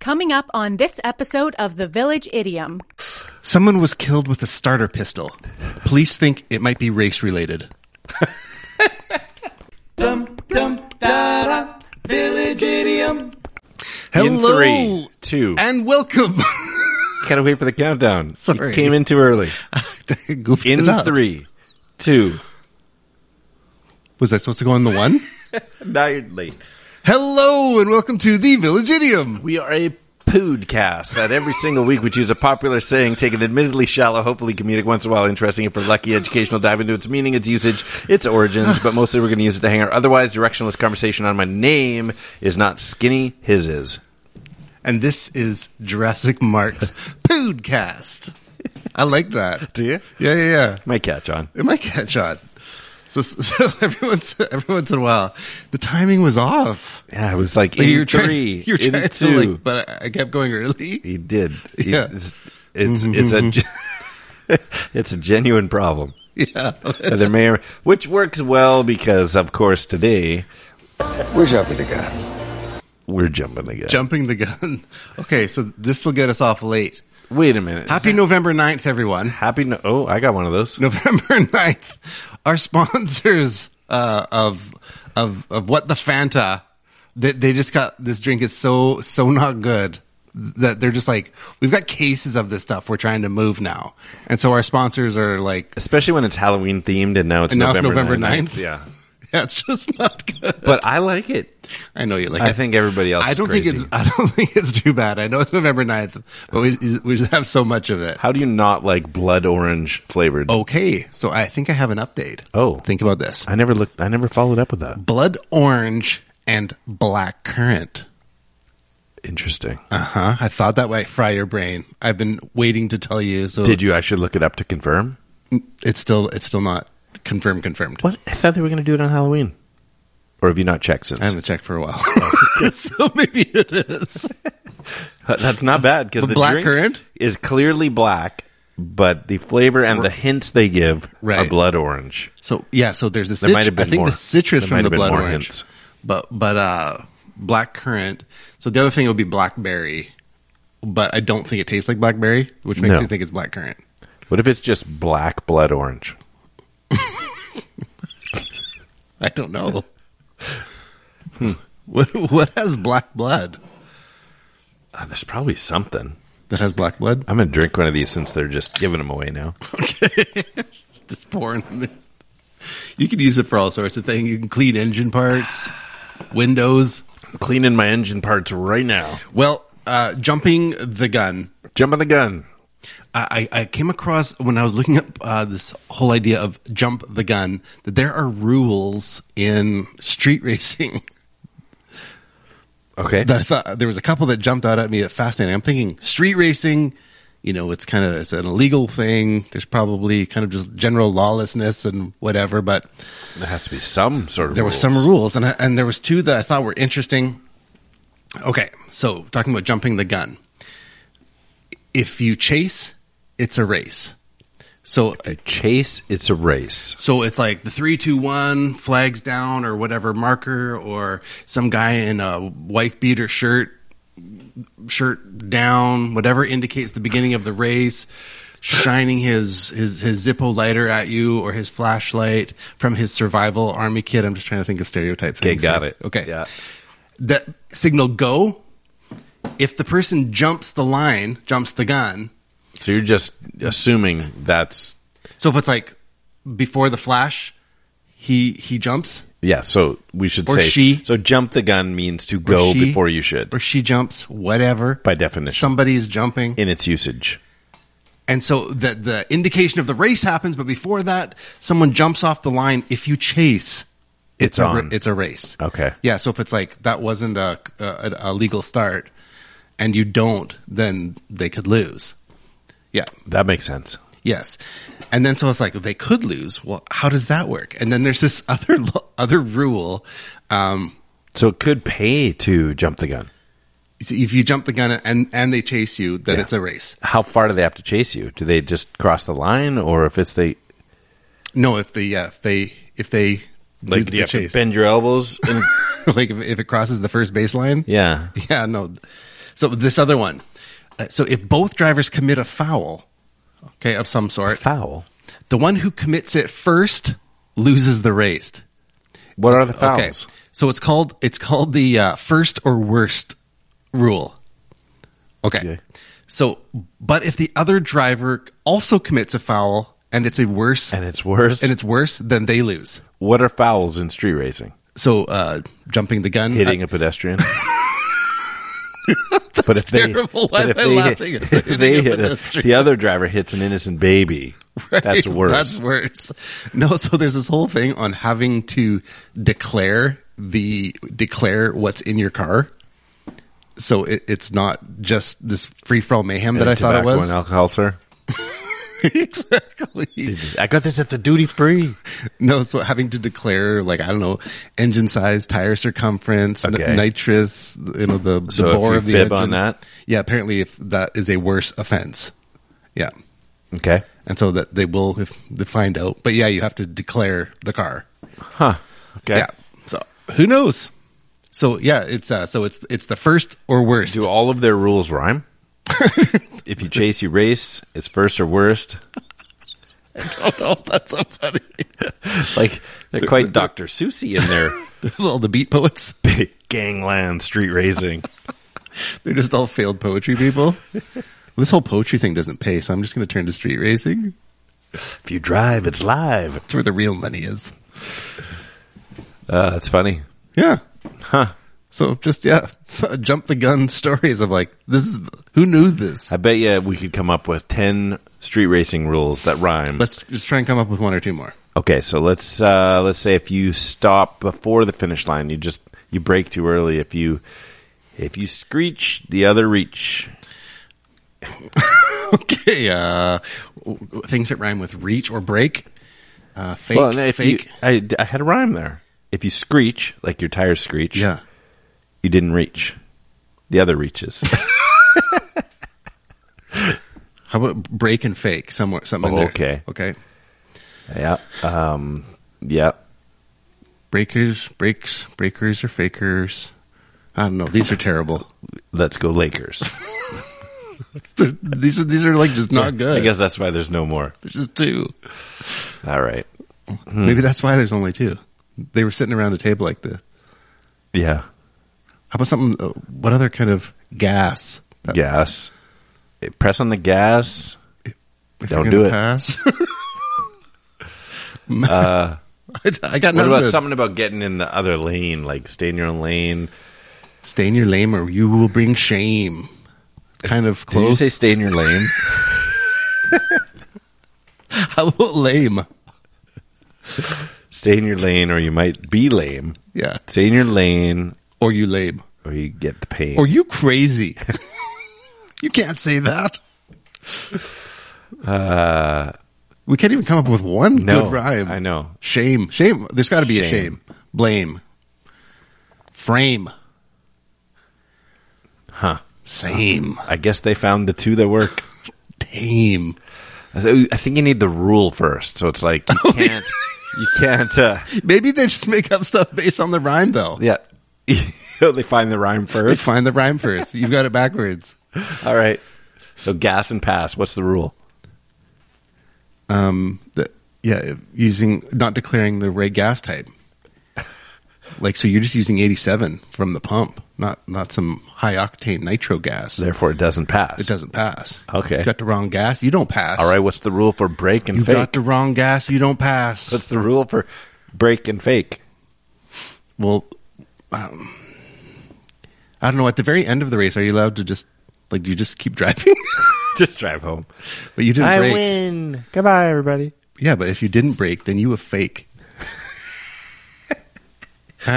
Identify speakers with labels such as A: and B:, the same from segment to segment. A: Coming up on this episode of The Village Idiom.
B: Someone was killed with a starter pistol. Police think it might be race related.
C: In
B: Hello,
C: three, two.
B: and welcome.
C: Gotta wait for the countdown.
B: Sorry.
C: You came in too early.
B: I goofed
C: In
B: it up.
C: three, two.
B: was I supposed to go on the one?
C: Now you're late.
B: Hello, and welcome to the Village Idiom.
C: We are a podcast that every single week we choose a popular saying, take an admittedly shallow, hopefully comedic, once in a while interesting, and for lucky educational dive into its meaning, its usage, its origins, but mostly we're going to use it to hang our otherwise directionless conversation on my name is not skinny, his is.
B: And this is Jurassic Mark's Poodcast. I like that.
C: Do you?
B: Yeah, yeah, yeah.
C: My catch on.
B: It might catch on. So, so every, once, every once in a while, the timing was off.
C: Yeah, it was like,
B: Like
C: in
B: you were trying,
C: three,
B: you were
C: in
B: trying
C: two.
B: to like, but I- I kept going early.
C: He did. He-
B: Yeah. Mm-hmm.
C: It's it's, it's a gen- it's a genuine problem.
B: Yeah.
C: There may or- which works well because of course today
D: We're jumping the gun.
C: we're jumping again.
B: Jumping the gun. Okay, so this will get us off late.
C: Wait a minute.
B: Happy November 9th, everyone.
C: Happy no- Oh, I got one of those.
B: November 9th, our sponsors uh, of of of what the Fanta they, they just got this drink is so so not good that they're just like we've got cases of this stuff we're trying to move now. And so our sponsors are like
C: Especially when it's Halloween themed and now it's
B: And now it's
C: November
B: November
C: 9th.
B: 9th.
C: Yeah.
B: that's just not good.
C: But I like it.
B: I know you like
C: I
B: it.
C: think everybody else
B: I
C: is
B: don't think
C: crazy.
B: it's I don't think it's too bad. I know it's November 9th, but we we just have so much of it.
C: How do you not like blood orange flavored?
B: Okay, so I think I have an update.
C: Oh.
B: Think about this.
C: I never looked I never followed up with that.
B: Blood orange and black currant.
C: Interesting.
B: Uh huh. I thought that might fry your brain. I've been waiting to tell you. So
C: Did you actually look it up to confirm?
B: It's still it's still not confirmed. Confirmed.
C: What? I thought they were going to do it on Halloween. Or have you not checked since?
B: I haven't checked for a while, so maybe it is.
C: That- That's not bad because
B: The
C: the,
B: black
C: drink
B: currant?
C: is clearly black, but the flavor and the hints they give
B: Right.
C: are blood orange.
B: So yeah. So there's a
C: There might
B: cit-
C: have been
B: I think
C: more.
B: the citrus
C: There might
B: from the
C: have been
B: blood
C: more
B: orange,
C: hints.
B: but but uh, black currant. So the other thing would be blackberry, but I don't think it tastes like blackberry, which makes
C: No.
B: me think it's black currant.
C: What if it's just black blood orange?
B: I don't know. Hmm. What what has black blood?
C: Ah, there's probably something.
B: That has black blood.
C: I'm gonna drink one of these since they're just giving them away now.
B: just pouring them in. You can use it for all sorts of things. You can clean engine parts, windows.
C: Cleaning my engine parts right now.
B: Well, uh, jumping the gun.
C: Jump on the gun.
B: I, I I came across when I was looking up uh, this whole idea of jump the gun that there are rules in street racing.
C: Okay.
B: That I thought there was a couple that jumped out at me at fascinating. I'm thinking street racing. You know, it's kind of it's an illegal thing. There's probably kind of just general lawlessness and whatever. But
C: there has to be some sort of.
B: there were
C: rules.
B: some rules, and I, and there was two that I thought were interesting. Okay, so talking about jumping the gun. If you chase, it's a race. So
C: A chase. It's a race.
B: so it's like the three, two, one, flags down, or whatever marker, or some guy in a wife beater shirt, shirt down, whatever indicates the beginning of the race, shining his his his Zippo lighter at you or his flashlight from his survival army kit. I'm just trying to think of stereotype
C: Okay,
B: things.
C: got
B: here.
C: it.
B: Okay,
C: Yeah.
B: that signal go. If the person jumps the line, jumps the gun,
C: So you're just assuming that's
B: So if it's like before the flash, he he jumps
C: yeah. So we should
B: Or
C: say
B: she.
C: So jump the gun means to
B: or
C: go
B: she-
C: before you should.
B: or she jumps, whatever.
C: By definition.
B: somebody is jumping,
C: in its usage.
B: and so the the indication of the race happens. But before that, someone jumps off the line. If you chase, it's,
C: It's
B: a
C: on.
B: ra- it's a race.
C: Okay.
B: yeah. So if it's like that wasn't a a, a legal start, and you don't, then they could lose. Yeah.
C: That makes sense.
B: Yes. And then so it's like they could lose. Well, how does that work? And then there's this other lo- other rule. Um,
C: So it could pay to jump the gun.
B: so if you jump the gun and and they chase you, then
C: Yeah.
B: it's a race.
C: How far do they have to chase you? Do they just cross the line, or if it's they
B: No, if they yeah, if they if they
C: like do,
B: the
C: you have to bend your elbows? And,
B: like if, if it crosses the first baseline,
C: yeah,
B: yeah, no. So this other one. Uh, so if both drivers commit a foul, okay, of some sort,
C: Foul.
B: the one who commits it first loses the race.
C: What are the fouls?
B: Okay. So it's called it's called the uh, first or worst rule. Okay.
C: Okay.
B: So, but if the other driver also commits a foul and it's a worse
C: And it's worse.
B: and it's worse, then they lose.
C: what are fouls in street racing?
B: So, uh, jumping the gun, Uh,
C: Hitting a pedestrian. but if
B: terrible. Why
C: but if
B: am I
C: they
B: laughing
C: hit,
B: at
C: if they
B: hitting a
C: hit a,
B: pedestrian?
C: the other driver hits an innocent baby, that's worse.
B: That's worse. No, so there's this whole thing on having to declare the declare what's in your car. So it, it's not just this free from mayhem that I thought it
C: Tobacco
B: was.
C: and alcohol, sir.
B: exactly.
C: I got this at the duty free.
B: No, so having to declare like I don't know engine size, tire circumference, n-
C: Okay.
B: nitrous, you know the, the
C: So if
B: bore
C: you
B: of the
C: fib
B: engine.
C: on that?
B: Yeah, apparently if that is a worse offense. Yeah.
C: Okay.
B: And so that they will if they find out. But yeah, you have to declare the car.
C: Huh. Okay.
B: Yeah. So who knows? So yeah, it's uh so it's it's the first or worst.
C: Do all of their rules rhyme? if you chase, you race. It's first or worst.
B: Oh no, that's so funny.
C: Like they're quite Dr. Susie in their
B: all the beat poets.
C: big gangland street racing.
B: They're just all failed poetry people. this whole poetry thing doesn't pay, so I'm just gonna turn to street racing.
C: If you drive, it's live.
B: That's where the real money is.
C: Uh, that's funny.
B: Yeah.
C: Huh.
B: So just yeah, jump the gun stories of like this is who knew this.
C: I bet you we could come up with 10 street racing rules that rhyme.
B: Let's just try and come up with one or two more.
C: Okay, so let's uh, let's say if you stop before the finish line, you just you break too early. If you if you screech, the other reach.
B: Okay, uh, w- w- things that rhyme with reach or break. Uh, fake,
C: well, no, if you-
B: fake.
C: I, I had a rhyme there. If you screech, like your tires screech,
B: yeah.
C: you didn't reach. The other reaches.
B: How about break and fake? Somewhere, something.
C: Oh,
B: in there.
C: okay.
B: Okay.
C: yeah. Um, yeah.
B: Breakers, breaks, breakers or fakers. I don't know. These are terrible.
C: Let's go Lakers.
B: these are these are like just not good.
C: I guess that's why there's no more.
B: there's just two.
C: All right. Hmm.
B: Maybe that's why there's only two. They were sitting around a table like this.
C: Yeah.
B: How about something? uh, What other kind of gas?
C: Uh,
B: That-
C: Gas. Eh, Press on the gas.
B: if
C: Don't
B: you're gonna
C: do it.
B: Pass. I, I got
C: Uh, What
B: nothing.
C: about
B: to-
C: something about getting in the other lane? Like stay in your own lane.
B: stay in your lane, or you will bring shame. Kind of
C: Did you
B: close.
C: say stay in your lane?
B: How about lame?
C: stay in your lane, or you might be lame.
B: Yeah,
C: Stay in your lane,
B: or you lame,
C: or you get the pain.
B: or you crazy. you can't say that.
C: uh,
B: We can't even come up with one
C: No,
B: good rhyme.
C: I know.
B: Shame, shame. There's got to be a
C: Shame.
B: shame. Blame, frame,
C: huh?
B: same,
C: I guess they found the two that work.
B: tame.
C: I th- I think you need the rule first, so it's like you can't, you can't. Uh,
B: Maybe they just make up stuff based on the rhyme, though.
C: yeah, they find the rhyme
B: They
C: first.
B: find the rhyme first. You've got it backwards.
C: All right. So gas and pass. What's the rule?
B: um, the, yeah, using not declaring the reg gas type. Like so, you're just using 87 from the pump, not not some high octane nitro gas.
C: Therefore, it doesn't pass.
B: It doesn't pass.
C: Okay.
B: you got the wrong gas. You don't pass.
C: All right. What's the rule for break and
B: you
C: fake?
B: got the wrong gas. You don't pass.
C: what's the rule for break and fake?
B: well, um, I don't know. At the very end of the race, are you allowed to just like do you just keep driving?
C: Just drive home.
B: but you didn't break.
C: win. Goodbye, everybody.
B: Yeah, but if you didn't break, then you a fake.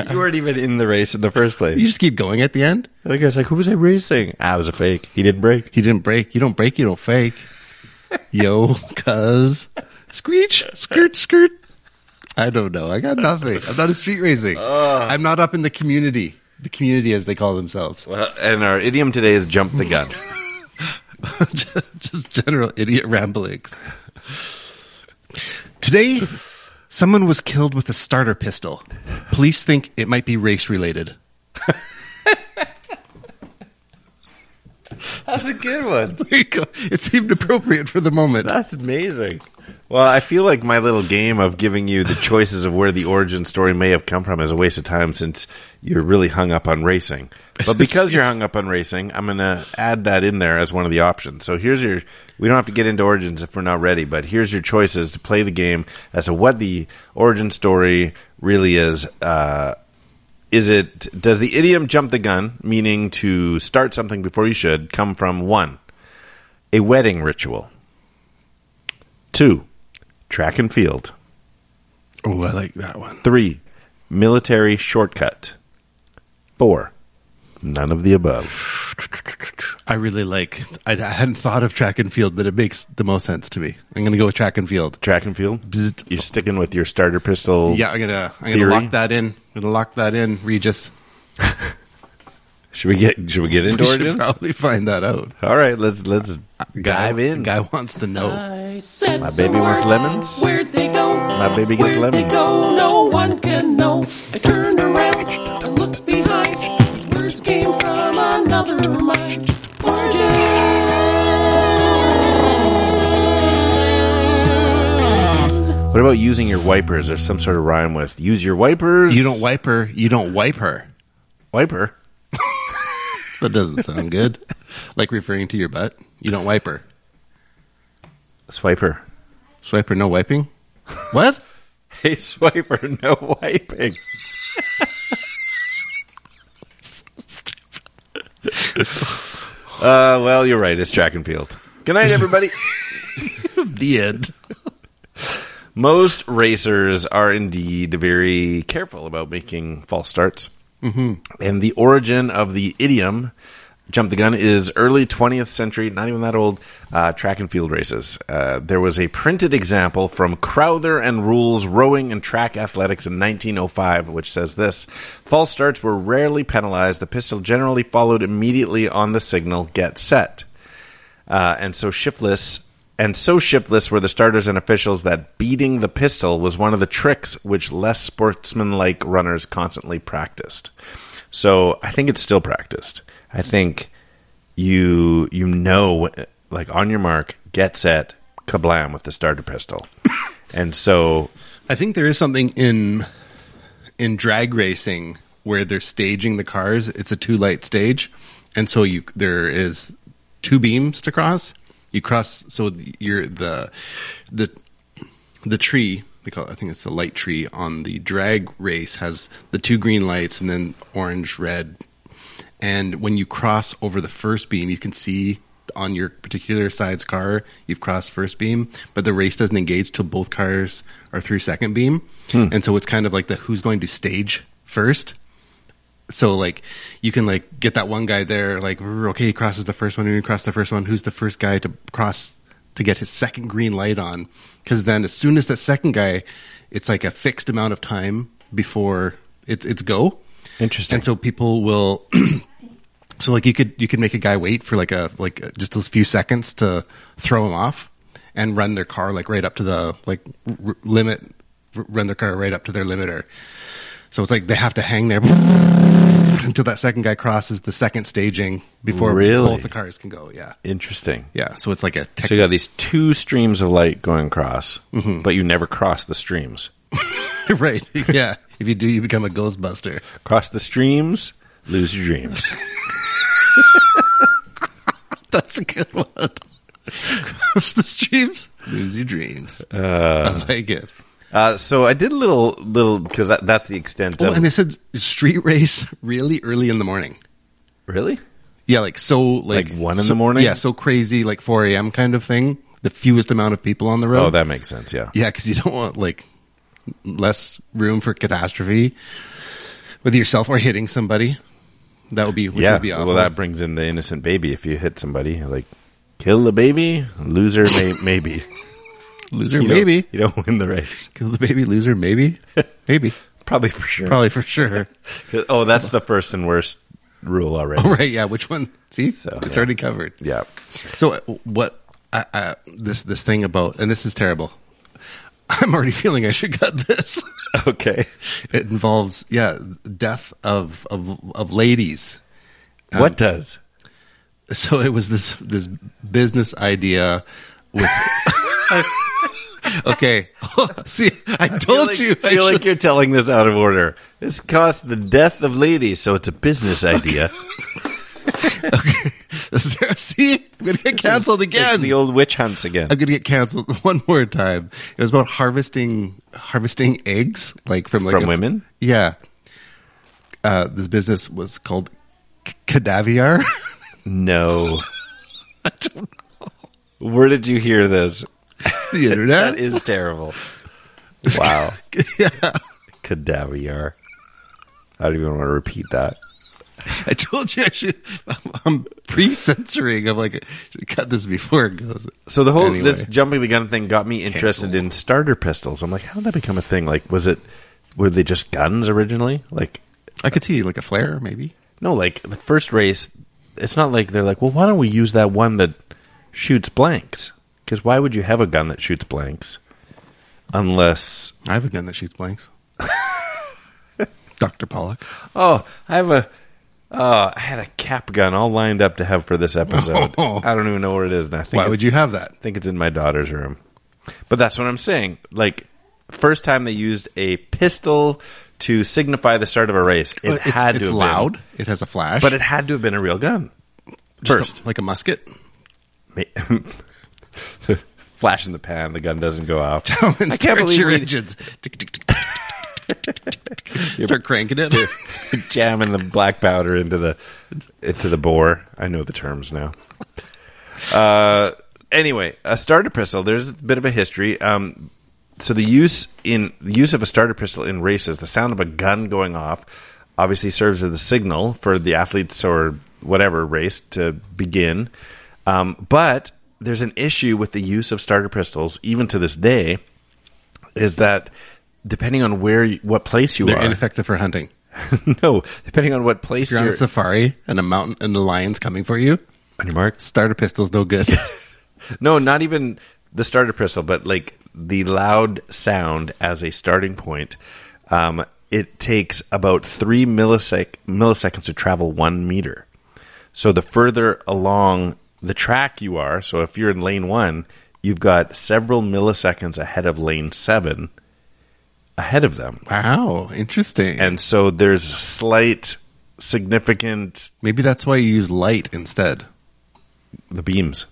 C: You weren't even in the race in the first place.
B: You just keep going at the end.
C: The guy's like, "Who was I racing?" I was a fake. He didn't break.
B: He didn't break. You don't break, you don't fake. Yo, cuz. Screech, skirt, skirt. I don't know. I got nothing. I'm not a street racing. I'm not up in the community. The community, as they call themselves.
C: Well, and our idiom today is "jump the gun."
B: just, just general idiot ramblings. Today, someone was killed with a starter pistol. Police think it might be race related.
C: That's a good one.
B: There you go. It seemed appropriate for the moment.
C: That's amazing. Well, I feel like my little game of giving you the choices of where the origin story may have come from is a waste of time since you're really hung up on racing. But because you're hung up on racing, I'm going to add that in there as one of the options. So here's your we don't have to get into origins if we're not ready, but here's your choices to play the game as to what the origin story really is. Uh, is it does the idiom jump the gun, meaning to start something before you should, come from one, a wedding ritual. Two, track and field.
B: Oh, I like that one.
C: Three, military shortcut. Four, none of the above.
B: I really like. I, I hadn't thought of track and field, but it makes the most sense to me. I'm gonna go with track and field.
C: Track and field. You're sticking with your starter pistol.
B: Yeah, I'm gonna. I'm gonna
C: Theory.
B: lock that in. I'm gonna lock that in, Regis.
C: Should we get? Should we get into
B: We should
C: origins?
B: probably find that out.
C: All right, let's let's dive in.
B: Guy wants to know.
E: Uh, My
C: Oh. baby wants lemons.
E: Where'd they go?
C: My baby gets
E: Where'd
C: lemons.
E: They go? No one can know. I turned around and looked behind. Words came from another mind. Origins.
C: What about using your wipers? There's some sort of rhyme with use your wipers.
B: You don't wipe her. You don't wipe her.
C: wiper.
B: That doesn't sound good. Like referring to your butt. You don't wipe her.
C: Swiper.
B: Swipe her. No wiping. What?
C: Hey, swiper, no wiping. uh, well, you're right. It's track and field. Good night, everybody.
B: the end.
C: Most racers are indeed very careful about making false starts. Mm-hmm. And the origin of the idiom, jump the gun, is early 20th century, not even that old, uh, track and field races. Uh, there was a printed example from Crowther and Rules Rowing and Track Athletics in 1905, which says this False starts were rarely penalized. The pistol generally followed immediately on the signal, get set uh, and so shiftless and so shiftless were the starters and officials that beating the pistol was one of the tricks which less sportsmanlike runners constantly practiced. So I think it's still practiced. I think you you know like on your mark, get set, kablam with the starter pistol. and so
B: I think there is something in in drag racing where they're staging the cars. It's a two light stage, and so you there is two beams to cross. You cross, so you're the the the tree. They call it, I think it's the light tree on the drag race has the two green lights and then orange, red, and when you cross over the first beam, you can see on your particular side's car you've crossed first beam, but the race doesn't engage till both cars are through second beam, and so it's kind of like the who's going to stage first. So like you can like get that one guy there like "Rrr, okay he crosses the first one and he crosses the first one who's the first guy to cross to get his second green light on because then as soon as that second guy it's like a fixed amount of time before it's it's go
C: Interesting.
B: and so people will so like you could you could make a guy wait for like a like uh, just those few seconds to throw him off and run their car like right up to the like r- r- limit r- run their car right up to their limiter so it's like they have to hang there until that second guy crosses the second staging before
C: Really?
B: both the cars can go yeah
C: interesting.
B: yeah so it's like a tech-
C: So you got these two streams of light going across, but you never cross the streams.
B: right yeah if you do you become a ghostbuster
C: Cross the streams, lose your dreams.
B: That's a good one. Cross the streams, lose your dreams. I like it.
C: Uh, so I did a little, little because that, that's the extent
B: Oh,
C: of
B: and they said street race really early in the morning.
C: really.
B: Yeah, like so, like,
C: Like one in
B: so-
C: the morning?
B: Yeah, so crazy, like four a.m. kind of thing. The fewest amount of people on the road.
C: Oh, that makes sense. Yeah,
B: yeah, because you don't want like less room for catastrophe with yourself or hitting somebody. That would be which
C: yeah.
B: would be awful.
C: well, that brings in the innocent baby. If you hit somebody, like kill the baby, loser may- maybe.
B: loser
C: You don't-
B: maybe
C: you don't win the race.
B: kill the baby loser maybe maybe
C: Probably for sure.
B: probably for sure.
C: Oh, that's the first and worst rule already.
B: right yeah which one see
C: So,
B: it's
C: yeah.
B: already covered
C: Yeah.
B: so uh, what I, I, this this thing about and this is terrible i'm already feeling i should cut this
C: Okay.
B: it involves yeah death of of, of ladies
C: Um, what does?
B: so it was this this business idea with. okay, see, I told
C: like-
B: you. I
C: feel
B: should-
C: like you're telling this out of order. This cost the death of ladies, so it's a business idea.
B: see, I'm gonna get canceled
C: It's
B: again.
C: the old witch hunts again.
B: I'm gonna get canceled one more time. It was about harvesting harvesting eggs, like from like
C: From women?
B: Yeah, uh, this business was called C- Cadaviar.
C: No. Where did you hear this?
B: it's the internet.
C: That is terrible. Wow.
B: yeah,
C: Cadaviar. I don't even want to repeat that.
B: I told you I should. I'm, I'm pre-censoring. I'm like, should cut this before it goes.
C: So the whole
B: Anyway.
C: this jumping the gun thing got me interested
B: Canceled.
C: in starter pistols. I'm like, how did that become a thing? Like, was it were they just guns originally? Like,
B: I could see like a flare, maybe.
C: no, like the first race, it's not like they're like, well, why don't we use that one that shoots blanks? Because why would you have a gun that shoots blanks unless
B: I have a gun that shoots blanks. Doctor Pollock.
C: Oh, I have a. Uh, I had a cap gun all lined up to have for this episode.
B: Oh.
C: I don't even know where it is, and I think
B: Why would you have that?
C: I think it's in my daughter's room. But that's what I'm saying. Like, first time they used a pistol to signify the start of a race, it
B: Well, Uh, it's
C: had to
B: it's
C: have been-
B: loud. it has a flash,
C: but it had to have been a real gun.
B: Just a-
C: first.
B: like a musket.
C: Ma- Flash in the pan, the gun doesn't go off.
B: I can't start
C: believe
B: your
C: we-
B: engines. start cranking it.
C: jamming the black powder into the into the bore. I know the terms now. Uh, anyway, a starter pistol. There's a bit of a history. Um, so the use in the use of a starter pistol in races, the sound of a gun going off, obviously serves as the signal for the athletes or whatever race to begin. Um, but there's an issue with the use of starter pistols, even to this day, is that depending on where you, what place you
B: They're
C: are,
B: ineffective for hunting.
C: no, depending on what place
B: If you're
C: you're,
B: on a safari and a mountain and the lion's coming for you,
C: on your mark.
B: starter pistol's no good.
C: No, not even the starter pistol, but like the loud sound as a starting point. Um, it takes about three millisec- milliseconds to travel one meter. So the further along the track you are, so if you're in lane one, you've got several milliseconds ahead of lane seven ahead of them.
B: wow, interesting.
C: And so there's slight, significant,
B: Maybe that's why you use light instead.
C: the beams.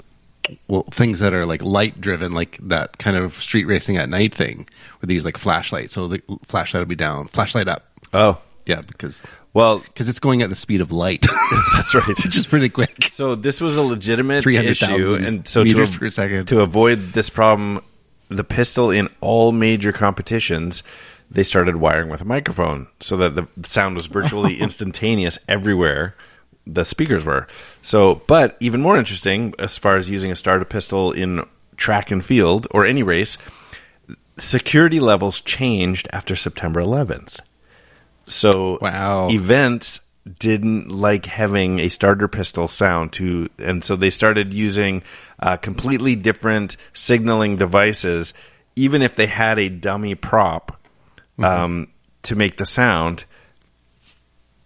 B: Well, things that are like light driven, like that kind of street racing at night thing, where they use like flashlight. So the flashlight will be down, flashlight up.
C: Oh,
B: Yeah, because
C: well,
B: because it's going at the speed of light,
C: that's right.
B: which is pretty quick.
C: So this was a legitimate
B: 300,000
C: issue, and so
B: meters
C: to,
B: per second.
C: to avoid this problem, the pistol in all major competitions, they started wiring with a microphone so that the sound was virtually instantaneous everywhere the speakers were. So, but even more interesting, as far as using a starter pistol in track and field or any race, security levels changed after September 11th. So
B: Wow.
C: events didn't like having a starter pistol sound to, and so they started using uh, completely different signaling devices, even if they had a dummy prop
B: Mm-hmm.
C: um, to make the sound.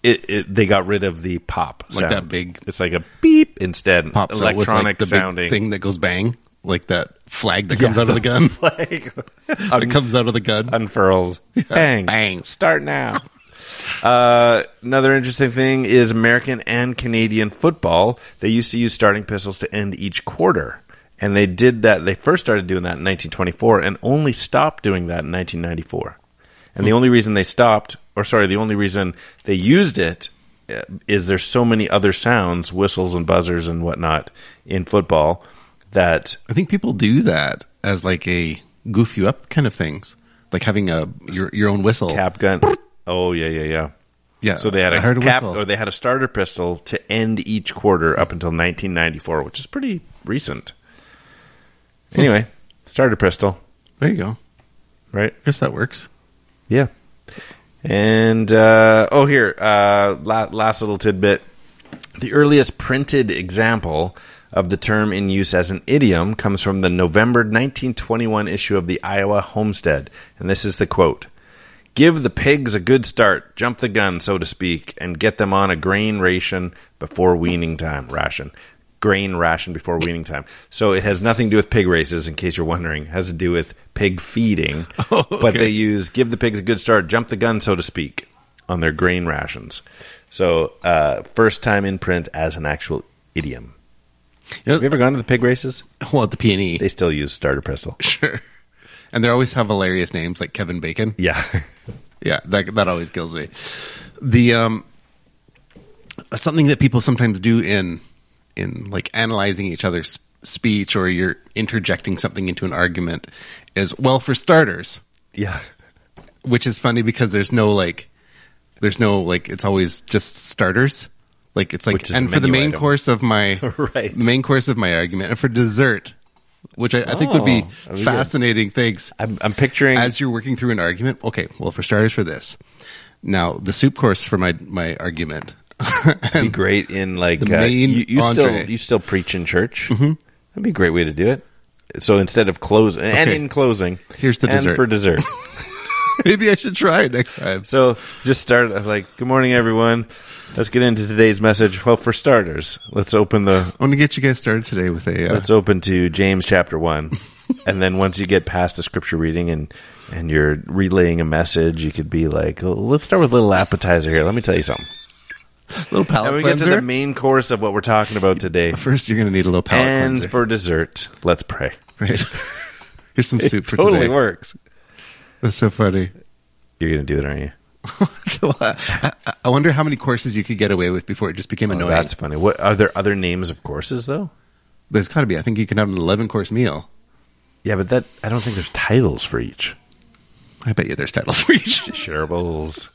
C: It, it, they got rid of the pop,
B: Like
C: sound.
B: that big-
C: It's like a beep instead,
B: Pops out with, like,
C: electronic
B: the big
C: sounding.
B: thing that goes bang, like that flag that comes out of the gun.
C: Like,
B: it comes out of the gun.
C: unfurls. Bang.
B: Bang.
C: Start now. Uh, another interesting thing is American and Canadian football. They used to use starting pistols to end each quarter. And they did that. They first started doing that in 1924 and only stopped doing that in 1994. And the only reason they stopped, or sorry, the only reason they used it uh, is there's so many other sounds, whistles and buzzers and whatnot in football that
B: I think people do that as like a goof you up kind of things, like having a your, your own whistle.
C: cap gun. Oh, yeah, yeah, yeah.
B: Yeah.
C: So they had
B: I
C: a
B: heard
C: cap,
B: whistle.
C: or they had a starter pistol to end each quarter up until 1994, which is pretty recent.
B: Hmm.
C: Anyway, starter pistol,
B: there you go.
C: right?
B: I guess that works.
C: Yeah. And uh, oh, here, uh, la- last little tidbit: the earliest printed example of the term in use as an idiom comes from the November 1921 issue of the Iowa Homestead, and this is the quote. Give the pigs a good start, jump the gun, so to speak, and get them on a grain ration before weaning time. Ration. grain ration before weaning time. So it has nothing to do with pig races, in case you're wondering. It has to do with pig feeding. But they use give the pigs a good start, jump the gun, so to speak, on their grain rations. So uh, first time in print as an actual idiom.
B: You know,
C: Have you ever gone to the pig races?
B: well, at the P&E,
C: They still use starter pistol.
B: sure. And they always have hilarious names like Kevin Bacon.
C: Yeah.
B: Yeah, that that always kills me. The um, something that people sometimes do in in like analyzing each other's speech or you're interjecting something into an argument is well for starters,
C: yeah.
B: which is funny because there's no like there's no like it's always just starters. Like it's like
C: Which is
B: and
C: a
B: for the
C: menu
B: main
C: item.
B: course of my
C: Right.
B: the main course of my argument and for dessert, which I, I think would be
C: Oh, that'd be good.
B: fascinating things
C: I'm, I'm picturing
B: as you're working through an argument, okay, well, for starters, for this. Now, the soup course for my my argument.
C: be great in like
B: The
C: uh,
B: main
C: you, you
B: entree. Mm-hmm.
C: still you still preach in church. That'd be a great way to do it. So instead of closing and
B: Okay.
C: in closing,
B: Here's the
C: and
B: dessert.
C: for dessert.
B: Maybe I should try it next time.
C: so just start like good morning everyone. Let's get into today's message. Well, for starters, let's open the
B: I'm going to get you guys started today with a. Uh,
C: let's open to James chapter one, and then once you get past the scripture reading and and you're relaying a message, you could be like, oh, let's start with a little appetizer here. Let me tell you something.
B: little
C: And
B: palate
C: we get to the
B: cleanser.
C: main course of what we're talking about today.
B: First, you're going to need a little palate
C: and
B: cleanser.
C: for dessert, let's pray.
B: right. Here's some soup for
C: totally
B: today.
C: works.
B: That's so funny.
C: You're gonna do it, aren't you?
B: So, uh, I, I wonder how many courses you could get away with before it just became
C: No,
B: annoying.
C: Oh, that's funny. What are there other names of courses though?
B: There's got to be. I think you can have an 11 course meal.
C: Yeah, but that I don't think there's titles for each.
B: I bet you there's titles for each.
C: Shareables.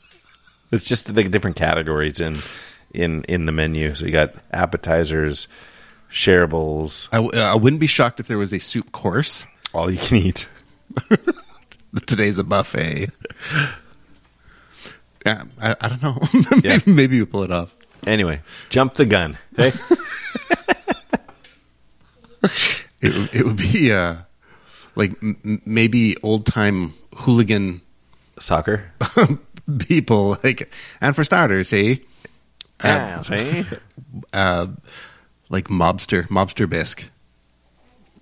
C: It's just the different categories in in in the menu. So you got appetizers, shareables,
B: I, w- I wouldn't be shocked if there was a soup course.
C: all you can eat.
B: today's a buffet. Yeah, I, I don't know. maybe,
C: Yeah.
B: maybe you pull it off.
C: Anyway, jump the gun. Hey,
B: It, would- it would be uh, like m- m- maybe old time hooligan
C: soccer.
B: people. Like, and for starters, eh?
C: Ah, see?
B: Uh, like mobster, mobster bisque,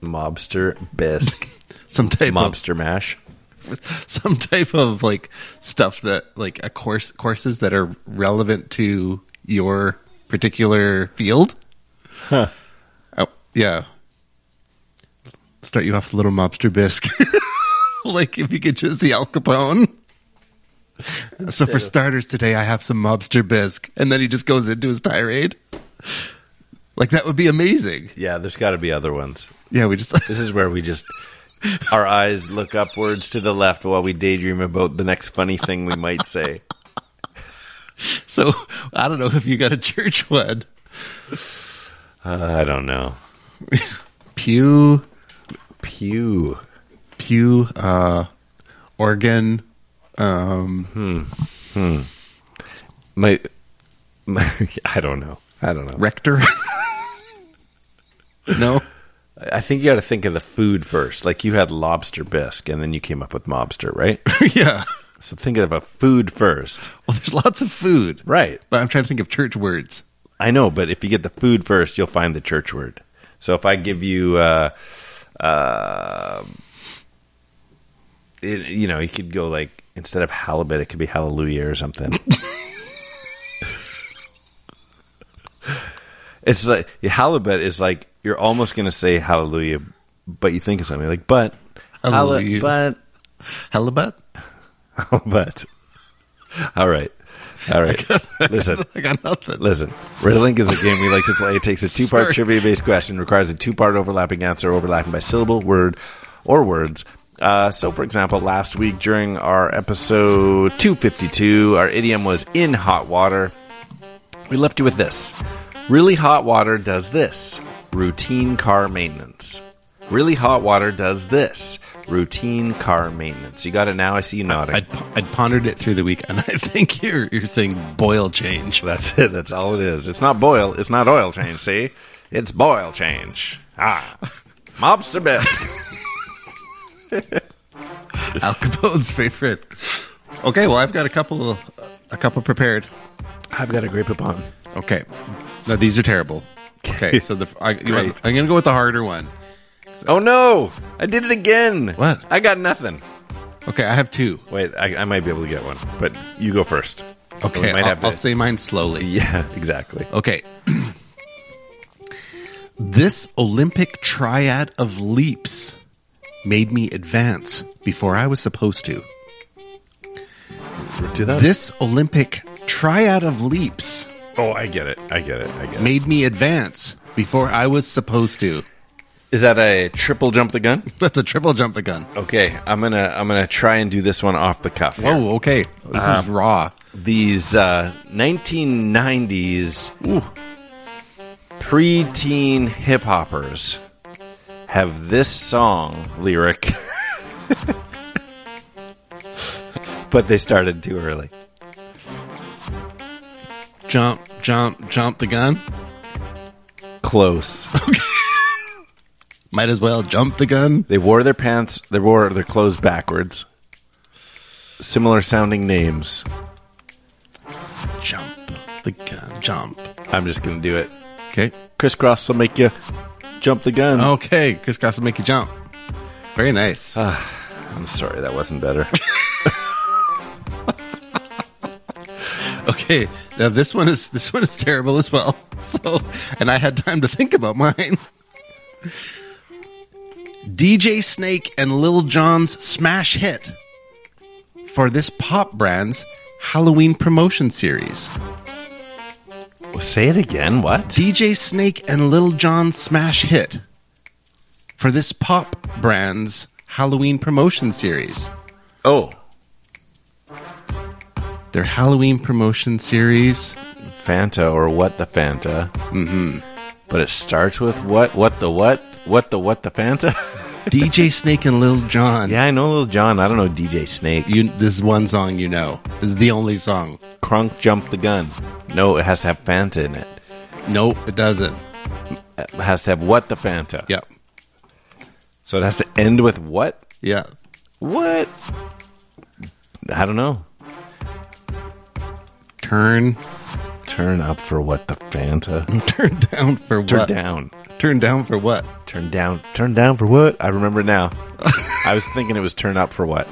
C: Mobster bisque,
B: some type
C: mobster mash.
B: of some type of like stuff that like a course courses that are relevant to your particular field. Oh, yeah. Start you off with a little mobster bisque. like if you could just see Al Capone. So for starters today, I have some mobster bisque, and then he just goes into his tirade. Like that would be amazing.
C: Yeah, there's got to be other ones.
B: Yeah, we just
C: This is where we just our eyes look upwards to the left while we daydream about the next funny thing we might say.
B: so I don't know if you got a church one.
C: Uh, I don't know.
B: Pew,
C: Pew.
B: pew, uh, organ. Um,
C: My, my I don't know. I don't know.
B: rector. no,
C: I think you got to think of the food first. Like you had lobster bisque and then you came up with mobster, right?
B: yeah.
C: so think of a food first.
B: Well, there's lots of food,
C: Right.
B: But I'm trying to think of church words.
C: I know, but if you get the food first, you'll find the church word. So if I give you, uh, uh, it, you know, you could go like instead of halibut, it could be hallelujah or something. it's like halibut is like you're almost going to say hallelujah, but you think of something like but
B: Hallelujah.
C: halibut,
B: Halibut.
C: halibut. All right, all right. Listen,
B: I got nothing.
C: Listen, Red Link is a game we like to play. It takes a two part
B: Sorry.
C: trivia based question, requires a two part overlapping answer, overlapping by syllable, word, or words. Uh, so, for example, last week during our episode 252, our idiom was in hot water. We left you with this Really hot water does this routine car maintenance. Really hot water does this routine car maintenance. You got it now? I see you nodding.
B: I'd, po- I'd pondered it through the week, and I think you're you're saying boil change.
C: That's it. That's all it is. It's not boil. It's not oil change. See, it's boil change. Ah, mobster bisque.
B: Al Capone's favorite. Okay, well, I've got a couple a couple prepared.
C: I've got a grape upon.
B: Okay, now these are terrible. Okay, so the I, you want-
C: Great.
B: I'm gonna go with the harder one.
C: Oh no! I did it again.
B: What?
C: I got nothing.
B: Okay, I have two.
C: Wait, I, I might be able to get one, but you go first.
B: Okay,
C: We might
B: I'll,
C: have to-
B: I'll say mine slowly.
C: Yeah, exactly.
B: Okay. this Olympic triad of leaps made me advance before I was supposed to.
C: Do that.
B: This Olympic triad of leaps
C: oh, I get it. I get it. I get it.
B: made me advance before I was supposed to.
C: Is that a triple jump the gun?
B: That's a triple jump the gun.
C: Okay, I'm gonna I'm gonna try and do this one off the cuff. here.
B: Oh, okay. This is raw.
C: these uh, 1990s pre-teen hip hoppers have this song lyric, but they started too early.
B: Jump, jump, jump the gun.
C: Close.
B: Might as well jump the gun.
C: They wore their pants. They wore their clothes backwards. Similar sounding names.
B: Jump the gun. Jump.
C: I'm just gonna do it.
B: Okay.
C: Crisscross will make you jump the gun.
B: Okay. Crisscross will make you jump. Very nice.
C: I'm sorry, that wasn't better.
B: Okay, now this one is this one is terrible as well. So, and I had time to think about mine. DJ Snake and Lil Jon's smash hit for this pop brand's Halloween promotion series.
C: Say it again. What?
B: DJ Snake and Lil Jon's smash hit for this pop brand's Halloween promotion series.
C: Oh,
B: Their Halloween promotion series.
C: Fanta or what the Fanta? Mm-hmm. But it starts with what? What the what? What the what the Fanta?
B: DJ Snake and Lil Jon.
C: yeah, I know Little John. I don't know DJ Snake.
B: You, this is one song you know. This is the only song.
C: Crunk jumped the gun. No, it has to have Fanta in it.
B: Nope, it doesn't.
C: It has to have what the Fanta.
B: Yep.
C: So it has to end with what?
B: Yeah.
C: What? I don't know.
B: Turn
C: Turn up for what the Fanta?
B: turn down for
C: Turn
B: what?
C: down.
B: Turn down for what?
C: Turn down. Turn down for what? I remember now. I was thinking it was turn up for what?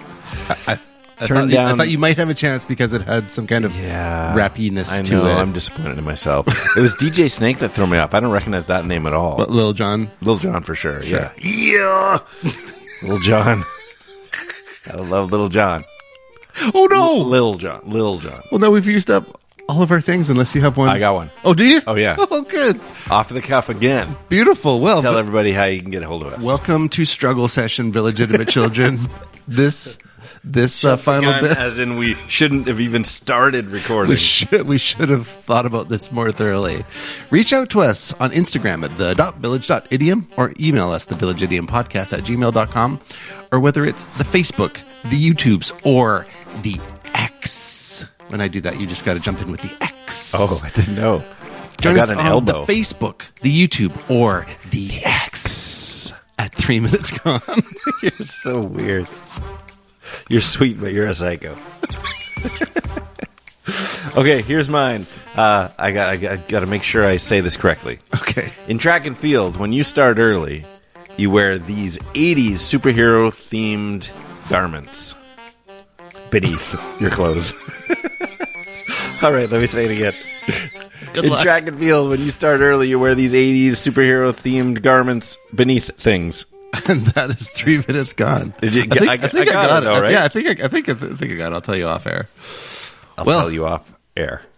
B: I
C: Turn
B: thought you- I
C: down-
B: thought you might have a chance because it had some kind of
C: Yeah.
B: rappiness
C: I
B: to
C: know.
B: it.
C: I'm disappointed in myself. it was DJ Snake that threw me off. I don't recognize that name at all.
B: but Lil John,
C: Little John for sure. Yeah. Yeah. Little John. I love Little John.
B: oh no!
C: Little John. Little John.
B: well, no, we've used up all of our things unless you have one.
C: I got one.
B: Oh, do you?
C: Oh, yeah.
B: Oh, good.
C: Off the cuff again.
B: Beautiful. Well,
C: Tell everybody how you can get a hold of us.
B: welcome to Struggle Session, Illegitimate Children. this this uh, final
C: Gun,
B: bit.
C: as in we shouldn't have even started recording.
B: We should we should have thought about this more thoroughly. Reach out to us on Instagram at the dot village dot idiom or email us the village idiom podcast at gmail.com or whether it's the Facebook, the YouTubes, or the X. When I do that, you just gotta jump in with the X.
C: oh, I didn't know.
B: Join
C: I got
B: us
C: an
B: on
C: elbow.
B: the Facebook, the YouTube, or the X at three minutes gone.
C: You're so weird. You're sweet, but you're a psycho. okay, here's mine. Uh, I got I got, I got to make sure I say this correctly.
B: okay.
C: In track and field, when you start early, you wear these 80s superhero themed garments beneath your clothes. All right, let me say it again.
B: Good
C: In
B: luck.
C: track and field, when you start early, you wear these 80s superhero themed garments beneath things.
B: and that is three minutes gone.
C: Did you-
B: I think
C: I-
B: I, think
C: I
B: I
C: got
B: got,
C: it
B: it.
C: though, right?
B: Yeah, I think I, I think I think I got. it. I'll tell you off air.
C: I'll
B: Well-
C: tell you off air.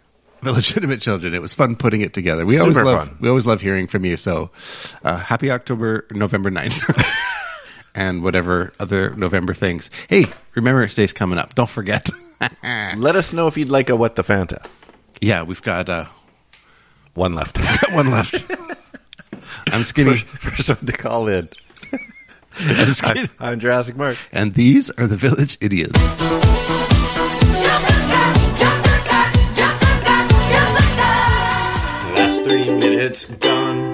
B: The legitimate children. It was fun putting it together. We
C: Super
B: always love
C: fun.
B: we always love hearing from you. So uh, happy October November 9th. and whatever other November things. Hey, Remembrance Day's coming up. Don't forget.
C: Let us know if you'd like a What the Fanta.
B: yeah, we've got uh,
C: One left
B: one left. I'm skinny.
C: for someone to call in.
B: I'm skinny.
C: I'm Jurassic Mark.
B: And these are the village idiots.
F: Last three minutes gone.